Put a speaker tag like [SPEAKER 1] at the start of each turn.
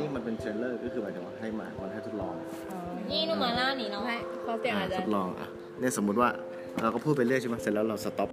[SPEAKER 1] นี่มันเป็นเทรลเลอร์ก็คือหมายถึงว่าให้มามันให้ทดลอง
[SPEAKER 2] นี่หนูมาล่าหนีเนาะ
[SPEAKER 3] ไม่ขอเสียงอาจาร
[SPEAKER 1] ทด
[SPEAKER 3] ย์
[SPEAKER 1] ลองอ่ะเนี่ยสมมุติว่าเราก็พูดไปเรื่อยใช่ไหมเสร็จแล้วเราสต็อป